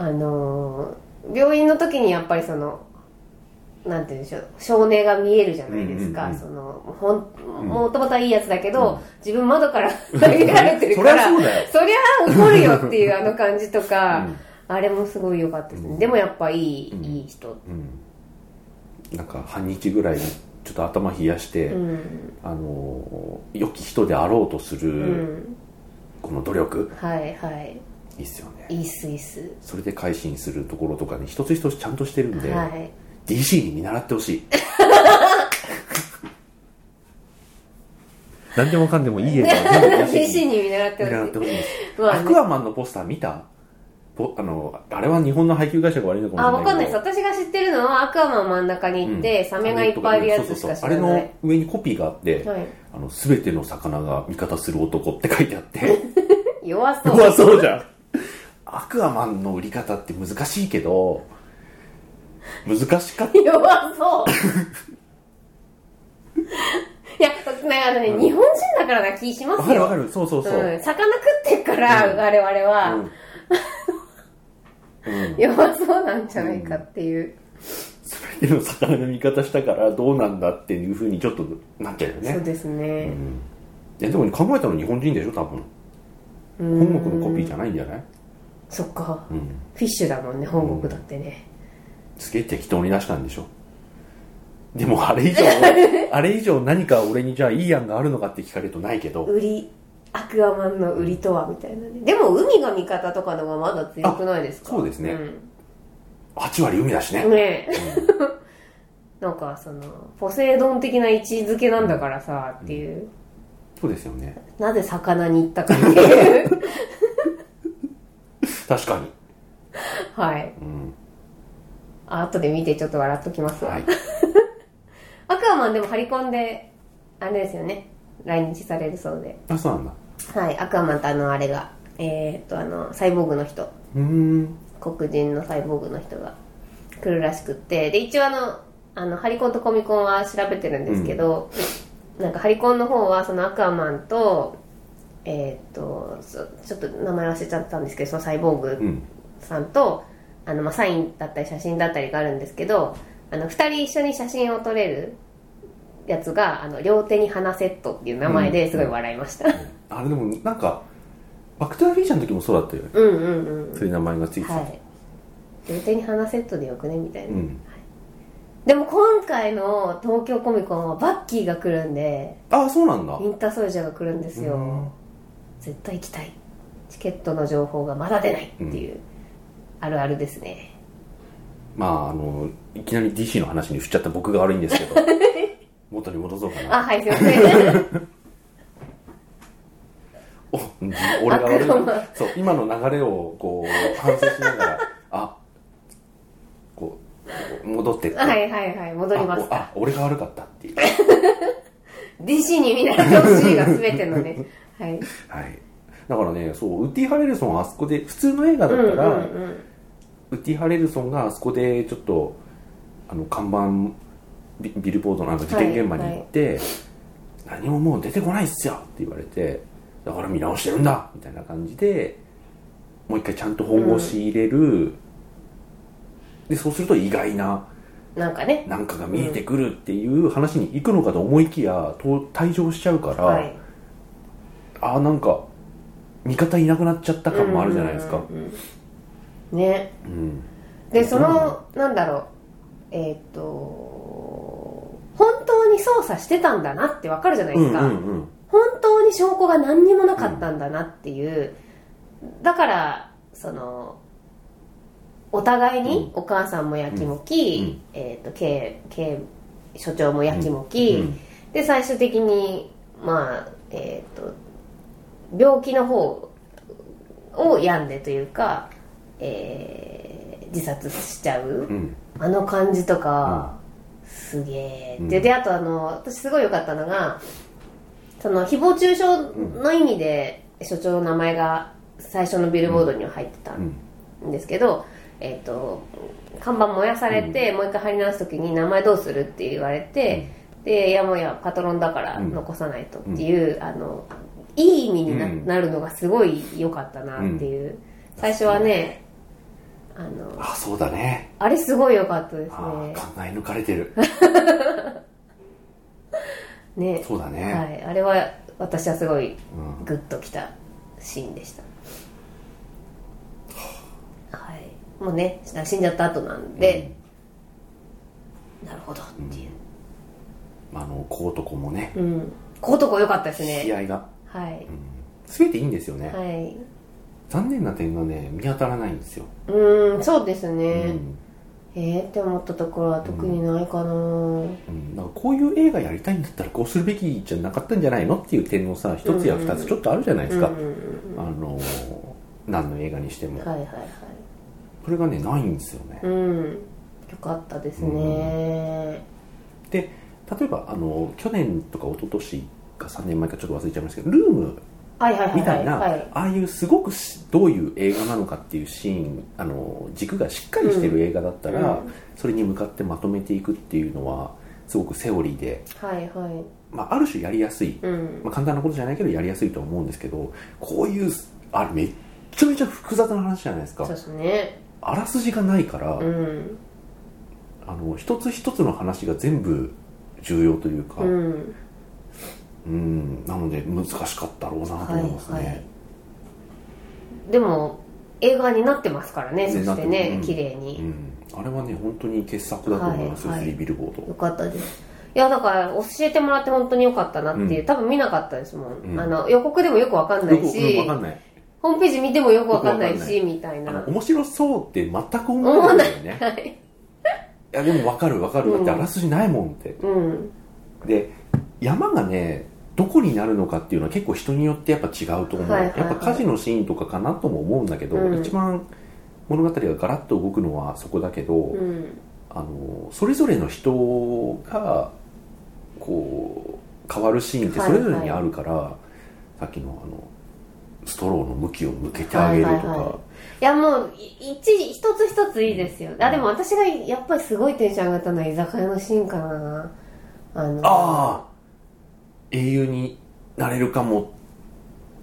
Speaker 2: あのー病院の時にやっぱりそのなんて言うんでしょう少年が見えるじゃないです
Speaker 1: う
Speaker 2: か、
Speaker 1: んうんうん
Speaker 2: そのほ
Speaker 1: うん
Speaker 2: んもともとはいいやつだけど、
Speaker 1: うん
Speaker 2: 自分 窓から投げられてる
Speaker 1: そり
Speaker 2: か
Speaker 1: ゃ
Speaker 2: ら
Speaker 1: そうだよ、
Speaker 2: そりゃ怒るよっていうあの感じとか、
Speaker 1: うん
Speaker 2: あれもすごい良かったですね、
Speaker 1: うん
Speaker 2: でもやっぱいい、
Speaker 1: うん
Speaker 2: いい人、
Speaker 1: うん、なんか半日ぐらいちょっと頭冷やして、
Speaker 2: うん
Speaker 1: あの良き人であろうとす
Speaker 2: う
Speaker 1: る
Speaker 2: ん、
Speaker 1: この努力、
Speaker 2: はいはい
Speaker 1: いいっすよね
Speaker 2: いいっすいいっす
Speaker 1: それで改心するところとかね一つ一つちゃんとしてるんで、
Speaker 2: はい
Speaker 1: DC に見習ってほ しい何でもかんでもいい映画 を全部
Speaker 2: DC に見習っ
Speaker 1: 見
Speaker 2: てほ
Speaker 1: 習っ
Speaker 2: してい
Speaker 1: ほしいです、
Speaker 2: まあね
Speaker 1: アクアマンのポスター見たぽあのあれは日本の配給会社が悪いのかもし
Speaker 2: あ
Speaker 1: れないけど
Speaker 2: わかんないです私が知ってるのはアクアマン真ん中に行って、サメがいっぱいいるやつしか知らない
Speaker 1: そうそうそうあれの上にコピーがあって、
Speaker 2: はい
Speaker 1: あの全ての魚が味方する男って書いてあって
Speaker 2: 弱 そう
Speaker 1: 怖そうじゃんアクアマンの売り方って難しいけど難しかった
Speaker 2: 弱そう いやなんかね、
Speaker 1: うん
Speaker 2: 日本人だからな気します
Speaker 1: わ
Speaker 2: よ
Speaker 1: かるわかるそうそうそう、
Speaker 2: うん、魚食ってっから、
Speaker 1: うん
Speaker 2: 我々は、
Speaker 1: うんうん
Speaker 2: 弱そうなんじゃないかっていう、
Speaker 1: でも魚の味方したからどうなんだっていうふうにちょっとなっちゃうよ
Speaker 2: そう
Speaker 1: ね、
Speaker 2: です
Speaker 1: う
Speaker 2: ね、
Speaker 1: ん、いやでも考えたの日本人でしょ多分
Speaker 2: うん
Speaker 1: 本国のコピーじゃないんじゃない、
Speaker 2: そっか
Speaker 1: うん、
Speaker 2: フィッシュだもんね本国だってね、
Speaker 1: すげえ適当に出したんでしょでもあれ以上あれ以上何か俺にじゃあいい案があるのかって聞かれるとないけど
Speaker 2: 売りアクアマンの売りとはみたいなねでも海が味方とかのがまだ強くないですか
Speaker 1: あそうですね
Speaker 2: うん
Speaker 1: 8割海だしね、
Speaker 2: ね えなんかそのポセイドン的な位置づけなんだからさ、っていう
Speaker 1: そうですよね
Speaker 2: なぜ魚に行ったかって いう
Speaker 1: 確かに、
Speaker 2: はい
Speaker 1: うん
Speaker 2: あ後で見てちょっと笑っときますわ、
Speaker 1: はい、
Speaker 2: アクアマンでも張り込んであれですよね来日されるそうで
Speaker 1: あそうなんだ
Speaker 2: はいアクアマンとあのあれがえー、っとあのサイボーグの人
Speaker 1: うーん
Speaker 2: 黒人のサイボーグの人が来るらしくってで一応あのあのハリコンとコミコンは調べてるんですけど、なんかハリコンの方はそのアクアマンとえーっとそちょっと名前忘れちゃったんですけどそのサイボー
Speaker 1: う
Speaker 2: グ
Speaker 1: ん
Speaker 2: さんと、あのまあ、サインだったり写真だったりがあるんですけどあの2人一緒に写真を撮れるやつがあの両手に花セットっていう名前ですごい笑いました、
Speaker 1: あれでもなんかバクトゥアフィーチャーの時もそうだったよね
Speaker 2: うん、うんうん
Speaker 1: そういう名前がついてた、
Speaker 2: はい両手に花セットでよくねみたいな、
Speaker 1: うん
Speaker 2: でも今回の東京コミコンはバッキーが来るんで
Speaker 1: ああそうなんだ
Speaker 2: インターソルジャーが来るんですよ、
Speaker 1: うん
Speaker 2: 絶対行きたいチケットの情報がまだ出ないっていう、あるあるですね
Speaker 1: まああのいきなり DC の話に振っちゃった僕が悪いんですけど 元に戻そうかな
Speaker 2: あはいすいません
Speaker 1: おうん俺が悪い
Speaker 2: 悪魔
Speaker 1: そう今の流れをこう反省しながらあこう戻ってって、
Speaker 2: はいはいはい戻りま
Speaker 1: あ
Speaker 2: す
Speaker 1: こうあ俺が悪かったっていう
Speaker 2: DC に見習ってほしいが全ての ねはい
Speaker 1: はいだからねそうウッディ・ハレルソンはあそこで普通の映画だ
Speaker 2: うん
Speaker 1: っ
Speaker 2: う
Speaker 1: た
Speaker 2: ん
Speaker 1: ら、
Speaker 2: うん
Speaker 1: ウッディ・ハレルソンがあそこでちょっとあの看板ビビルボードのあの事件現場に行って、何ももう出てこないっすよって言われてだから見直してるんだみたいな感じでもう一回ちゃんと本腰入れる、でそうすると意外な
Speaker 2: なんかね
Speaker 1: なんかが見えてくるっていう話に行くのかと思いきやと退場しちゃうから、
Speaker 2: はい
Speaker 1: ああなんか味方いなくなっちゃった感もあるじゃないですか
Speaker 2: うんうんうんね
Speaker 1: うん
Speaker 2: でそのなんだろうえーっと本当に操作してたんだなってわかるじゃないうで
Speaker 1: んう
Speaker 2: すか、
Speaker 1: んうん
Speaker 2: 本当に証拠が何にもなかったんだなっていう、だからそのお互いに、お母さんもやきもき、えー、と K, K 所長もやきもき、
Speaker 1: うん
Speaker 2: で最終的にまあえっ、と病気の方を病んでというか、えー自殺しちゃう
Speaker 1: うん
Speaker 2: あの感じとか、すげえって、
Speaker 1: うん
Speaker 2: であとあの私すごい良かったのがその誹謗中傷の意味で所長の名前が最初のビルボードには入ってた
Speaker 1: うん
Speaker 2: んですけど、えっと看板燃やされて、もう一回貼り直す時に「名前どうする?」って言われて、でいやもういやパトロンだから
Speaker 1: うん
Speaker 2: 残さないとっていう、あのいい意味にな,、
Speaker 1: うん
Speaker 2: なるのがすごい良かったなっていう、最初はねあの
Speaker 1: あそうだね
Speaker 2: あれすごい良かったです
Speaker 1: あ
Speaker 2: ね
Speaker 1: あ考え抜かれて る
Speaker 2: ね
Speaker 1: そうだね、
Speaker 2: はい、あれは私はすごい
Speaker 1: うん
Speaker 2: グッときたシーンでした、はい、もうね死んじゃった後なんで、なるほどっていう
Speaker 1: まあ、あの子男もね
Speaker 2: うん小男良かったです
Speaker 1: 試
Speaker 2: ね
Speaker 1: 合が
Speaker 2: はい、
Speaker 1: 全ていいんですよね、
Speaker 2: はい
Speaker 1: 残念な点がね見当たらないんですよ、
Speaker 2: うーんそうです
Speaker 1: う
Speaker 2: ね、
Speaker 1: ん
Speaker 2: えーって思ったところは特にないかな、
Speaker 1: うん、だからこういう映画やりたいんだったらこうするべきじゃなかったんじゃないのっていう点のさ一つや二つちょっとあるじゃないですか、
Speaker 2: うんうん
Speaker 1: あの何の映画にしても、
Speaker 2: うんはいはいはい
Speaker 1: これがねないんですよね、
Speaker 2: うんよかったですね、
Speaker 1: で例えばあの去年とか一昨年か3年前かちょっと忘れちゃいましたけどルーム
Speaker 2: はいはいはいはい
Speaker 1: みたいな、
Speaker 2: はい
Speaker 1: ああいうすごくしどういう映画なのかっていうシーンあの軸がしっかりしてる映画だったら、
Speaker 2: うん
Speaker 1: それに向かってまとめていくっていうのはすごくセオリーで、
Speaker 2: はいはい
Speaker 1: まあ、ある種やりやすい、
Speaker 2: うん
Speaker 1: まあ、簡単なことじゃないけどやりやすいと思うんですけどこういうあれめっちゃめちゃ複雑な話じゃないです
Speaker 2: そう
Speaker 1: か
Speaker 2: ですね
Speaker 1: あらすじがないから、
Speaker 2: うん
Speaker 1: あの一つ一つの話が全部重要というか、
Speaker 2: うん
Speaker 1: うんなので難しかったろうなと思いますね、
Speaker 2: はいはいでも映画になってますからね
Speaker 1: ね
Speaker 2: そして
Speaker 1: なって
Speaker 2: ね
Speaker 1: ます
Speaker 2: 綺麗に、
Speaker 1: うん、あれはね本当に傑作だと思いますよ、
Speaker 2: はいはい
Speaker 1: スリービルボード
Speaker 2: よかったですいやだから教えてもらって本当によかったなっていう、
Speaker 1: うん
Speaker 2: 多分見なかったですもん、
Speaker 1: うん
Speaker 2: あの予告でもよくわかんな
Speaker 1: よく
Speaker 2: いし、
Speaker 1: うんわかんない
Speaker 2: ホームページ見てもよくわかんない
Speaker 1: よくわかんな
Speaker 2: しみたい
Speaker 1: あ
Speaker 2: な
Speaker 1: の面白そうって全く思わないんだよね
Speaker 2: はい
Speaker 1: いやでも分かる分かるだって
Speaker 2: う
Speaker 1: あ
Speaker 2: ん
Speaker 1: らすじないもんって、
Speaker 2: うん
Speaker 1: で山がねどこになるのかっていうのは結構人によってやっぱ違うと思う、
Speaker 2: はいはいはい
Speaker 1: やっぱ火事のシーンとかかなとも思うんだけど、
Speaker 2: うん
Speaker 1: 一番物語がガラッと動くのはそこだけど、
Speaker 2: うん
Speaker 1: あのそれぞれの人がこう変わるシーンってそれぞれにあるから、さっきのあのストローの向きを向けてあげるとか、
Speaker 2: はいはいはいいやもうい一時一つ一ついいですよあでも私がやっぱりすごいテンション上がったのは居酒屋のシーンかなあの
Speaker 1: ああ英雄になれるかも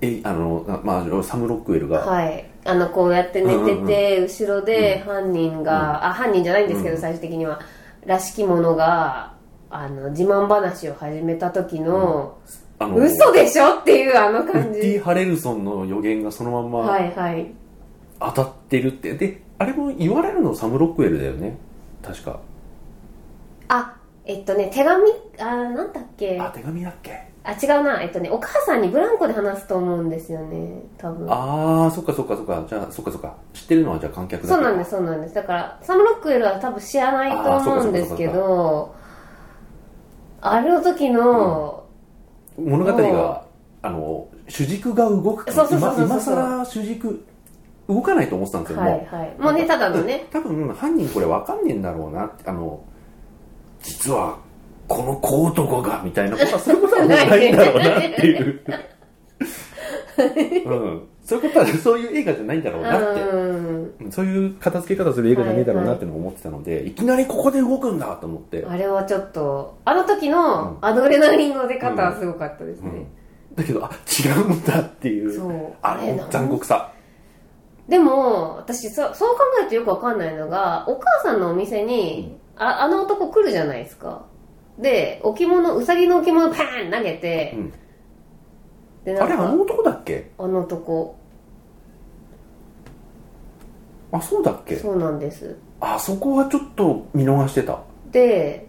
Speaker 1: えあの、なまあ、サム・ロックウェルが、
Speaker 2: はい、あのこうやって寝てて、
Speaker 1: うんうん
Speaker 2: 後ろで犯人が、あ犯人じゃないんですけど、
Speaker 1: うん
Speaker 2: 最終的にはらしき者があの自慢話を始めた時の、
Speaker 1: あの
Speaker 2: 嘘でしょっていうあ
Speaker 1: ウ
Speaker 2: の感
Speaker 1: ッデ
Speaker 2: じ
Speaker 1: ィ・ハレルソンの予言がそのま
Speaker 2: は
Speaker 1: ま
Speaker 2: いはい
Speaker 1: 当たってるって、であれも言われるのサム・ロックウェルだよね確か
Speaker 2: あえっとね手紙あなんだっけ
Speaker 1: あ
Speaker 2: あ
Speaker 1: 手紙だっけ
Speaker 2: 違うなえっとねお母さんにブランコで話すと思うんですよね多分
Speaker 1: ああそっかそっかそっかじゃあそっかそっか知ってるのはじゃあ観客だけ
Speaker 2: そうなんですそうなんですだからサム・ロックウェルは多分知らないと
Speaker 1: あーそうか
Speaker 2: 思う
Speaker 1: そ
Speaker 2: ん
Speaker 1: うか
Speaker 2: ですけどあれの時の、
Speaker 1: 物語があの主軸が動くか
Speaker 2: そうそうそうそうそう
Speaker 1: 今今更主軸動かないと思ってたんですよ、
Speaker 2: は
Speaker 1: もう
Speaker 2: いはいもうねただのね
Speaker 1: 多分犯人これ分かんねえんだろうなあの実はこの小男がみたいなことはそういうことはもうないんだろうなっていう うん、そういうことはそういう映画じゃないんだろうなって
Speaker 2: うん
Speaker 1: そういう片付け方する映画じゃねえだろうなってのを思ってたので、いきなりここで動くんだと思って、
Speaker 2: あれはちょっとあの時
Speaker 1: う
Speaker 2: の
Speaker 1: ん
Speaker 2: アドレナリンの出方はすごかったです
Speaker 1: う
Speaker 2: ね
Speaker 1: ん、だけどあ違うんだっていう
Speaker 2: そう
Speaker 1: あ
Speaker 2: れな
Speaker 1: の残酷さ
Speaker 2: でも私そそう考えるとよくわかんないのがお母さんのお店にああの男来るじゃないですかで置物うさぎの置物パーン投げて、
Speaker 1: うん
Speaker 2: で
Speaker 1: あ
Speaker 2: なん
Speaker 1: れあ
Speaker 2: か
Speaker 1: の男だっけ
Speaker 2: あの男
Speaker 1: あそうだっけ
Speaker 2: そうなんです
Speaker 1: あそこはちょっと見逃してた
Speaker 2: で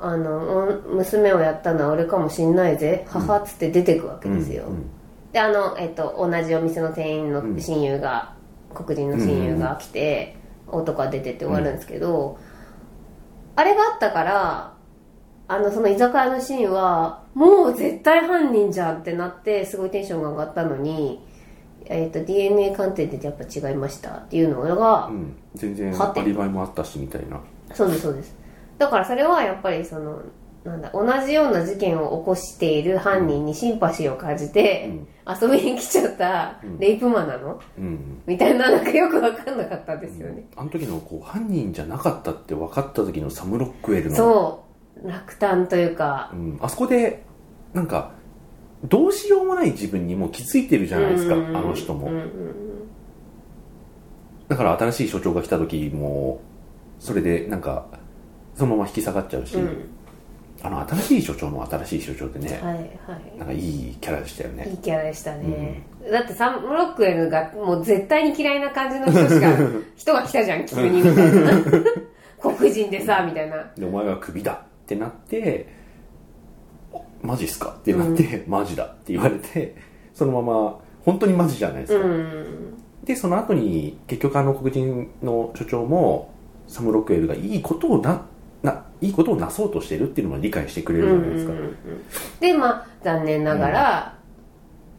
Speaker 2: あのお娘をやったのは俺かもしんないぜ母っつって出てくわけですよ、
Speaker 1: うんうん
Speaker 2: であの、えっと、同じお店の店員の親友が、黒人の親友が来て、男は出てって終わるんですけど、あれがあったからあのその居酒屋のシーンはもう絶対犯人じゃんってなってすごいテンションが上がったのに、えっと DNA 鑑定でやっぱ違いましたっていうのが、
Speaker 1: うん、全然
Speaker 2: は
Speaker 1: ア
Speaker 2: て
Speaker 1: リバイもあったしみたいな
Speaker 2: そうですそうですだからそれはやっぱりそのなんだ同じような事件を起こしている犯人にシンパシーを感じて、遊びに来ちゃったレイプマンなの、
Speaker 1: うん
Speaker 2: みたいな、なんかよくわかんなかったですよね。
Speaker 1: あの時のこう犯人じゃなかったって分かった時のサム・ロックウェルの
Speaker 2: そう、落胆というか、
Speaker 1: うん、あそこでなんかどうしようもない自分にもう気づいてるじゃないですかあ
Speaker 2: うんうんうん
Speaker 1: の人も、
Speaker 2: うんうん
Speaker 1: だから新しい所長が来た時もそれでなんかそのまま引き下がっちゃうし、
Speaker 2: うん
Speaker 1: あの新しい所長も新しい所長でね、
Speaker 2: はい
Speaker 1: なん
Speaker 2: は
Speaker 1: かいいキャラでしたよ
Speaker 2: い。い
Speaker 1: ね
Speaker 2: いキャラでしたね。だってサム・ロックウェルがもう絶対に嫌いな感じの 人しか、人が来たじゃん、急にみたいな。黒人でさ、みたいな。
Speaker 1: でお前はクビだってなっておマジっすかってなって、マジだって言われてそのまま本当にマジじゃないです
Speaker 2: う
Speaker 1: か、
Speaker 2: ん。
Speaker 1: でその後に結局あの黒人の所長もサム・ロックウェルがいいことをなないいことをなそうとしてるっていうのも理解してくれるじゃないですか、
Speaker 2: うんうんうんでまあ残念ながら、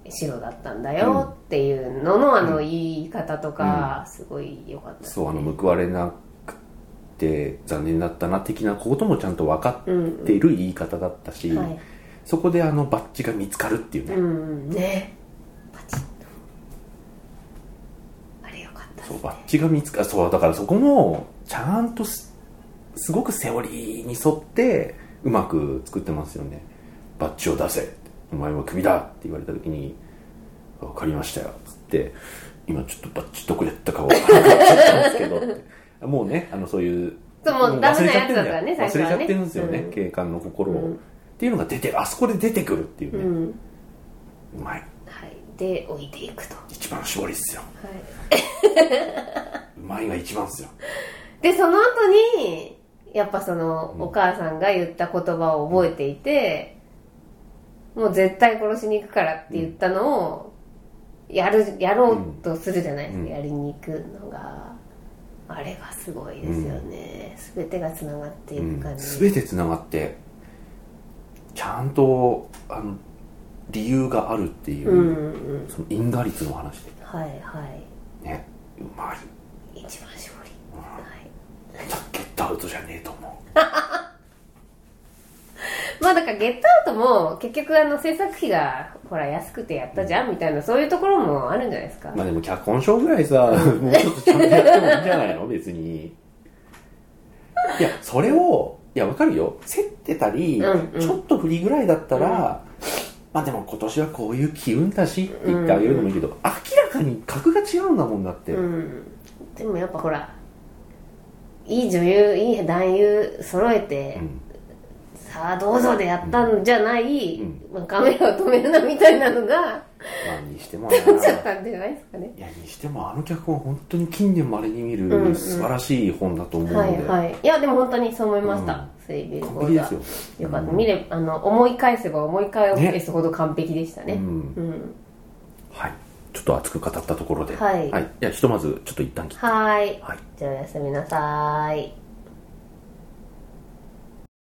Speaker 2: 白だったんだよっていうののあの言い方とか、すごい良かったですね
Speaker 1: そうあの報われなくて残念だったな的なこともちゃんと分か
Speaker 2: うんう
Speaker 1: っている言い方だったし、
Speaker 2: んはい
Speaker 1: そこであのバッジが見つかるっていうね、
Speaker 2: うんねパチッとあれよかった
Speaker 1: そうバッジが見つかそうだからそこもちゃんとすすごくセオリーに沿ってうまく作ってますよねバッジを出せお前はクビだって言われた時に「分かりましたよ」つって「今ちょっとバッジどこやったか分からなかったんですけどって」もうねあのそういう
Speaker 2: そうもう
Speaker 1: 忘れちゃ
Speaker 2: ダメなやつだったね
Speaker 1: ってん
Speaker 2: 最
Speaker 1: だよ忘れ
Speaker 2: 初はね
Speaker 1: ちゃってるんですよね、
Speaker 2: うん
Speaker 1: 警官の心を、
Speaker 2: うん
Speaker 1: っていうのが出てあそこで出てくるっていう
Speaker 2: う
Speaker 1: ね、うんまい
Speaker 2: はいで置いていくと、は
Speaker 1: 一番絞りっすよ
Speaker 2: い、
Speaker 1: うまいが一番っすよ
Speaker 2: でその後にやっぱそのお母さんが言った言葉を覚えていて、もう絶対殺しに行くからって言ったのをやるやろうとするじゃないですか、
Speaker 1: うん
Speaker 2: やりに行くのがあれがすごいですよね、全てがつながっていく感じ、
Speaker 1: すべてつながってちゃんとあの理由があるっていう、
Speaker 2: うんうん
Speaker 1: その因果率の話で
Speaker 2: はいはい
Speaker 1: ねうまい
Speaker 2: 一番絞り、はい、
Speaker 1: ゲットアウトじゃねえと思
Speaker 2: まあだからゲットアウトも結局あの制作費がほら安くてやったじゃんみたいなそういうところもあるんじゃないですか、
Speaker 1: うまあでも脚本賞ぐらい さもうちょっとちゃんとやってもいいんじゃないの別にいやそれをいやわかるよ競ってたり、
Speaker 2: うんうん
Speaker 1: ちょっと振りぐらいだったら、まあでも今年はこういう機運だしって言ってあげるのもいいけど、明らかに格が違うんだもんだって、
Speaker 2: うんでもやっぱほらいい女優いい男優揃えて、
Speaker 1: うん
Speaker 2: さあどうぞでやったんじゃない、
Speaker 1: うん
Speaker 2: まあ、カメラを止めるなみたいなのが
Speaker 1: まあにしても
Speaker 2: 出
Speaker 1: な
Speaker 2: ちゃったんじゃないですかね
Speaker 1: いやにしてもあの脚本は本当に近年まれに見
Speaker 2: んうん
Speaker 1: る素晴らしい本だと思うの
Speaker 2: は
Speaker 1: で、
Speaker 2: いはいいやでも本当にそう思いました、スリービルボ
Speaker 1: 完
Speaker 2: ー
Speaker 1: 璧
Speaker 2: ダ
Speaker 1: で
Speaker 2: ー
Speaker 1: すよ
Speaker 2: よかった、
Speaker 1: うん
Speaker 2: 見れあの思い返せば思い返すほど完璧でしたね
Speaker 1: うん
Speaker 2: うん
Speaker 1: はい、ちょっと熱く語ったところで
Speaker 2: はい
Speaker 1: はい、じゃあひとまずちょっと一旦切って
Speaker 2: はーい
Speaker 1: はい
Speaker 2: じゃあおやすみなさーい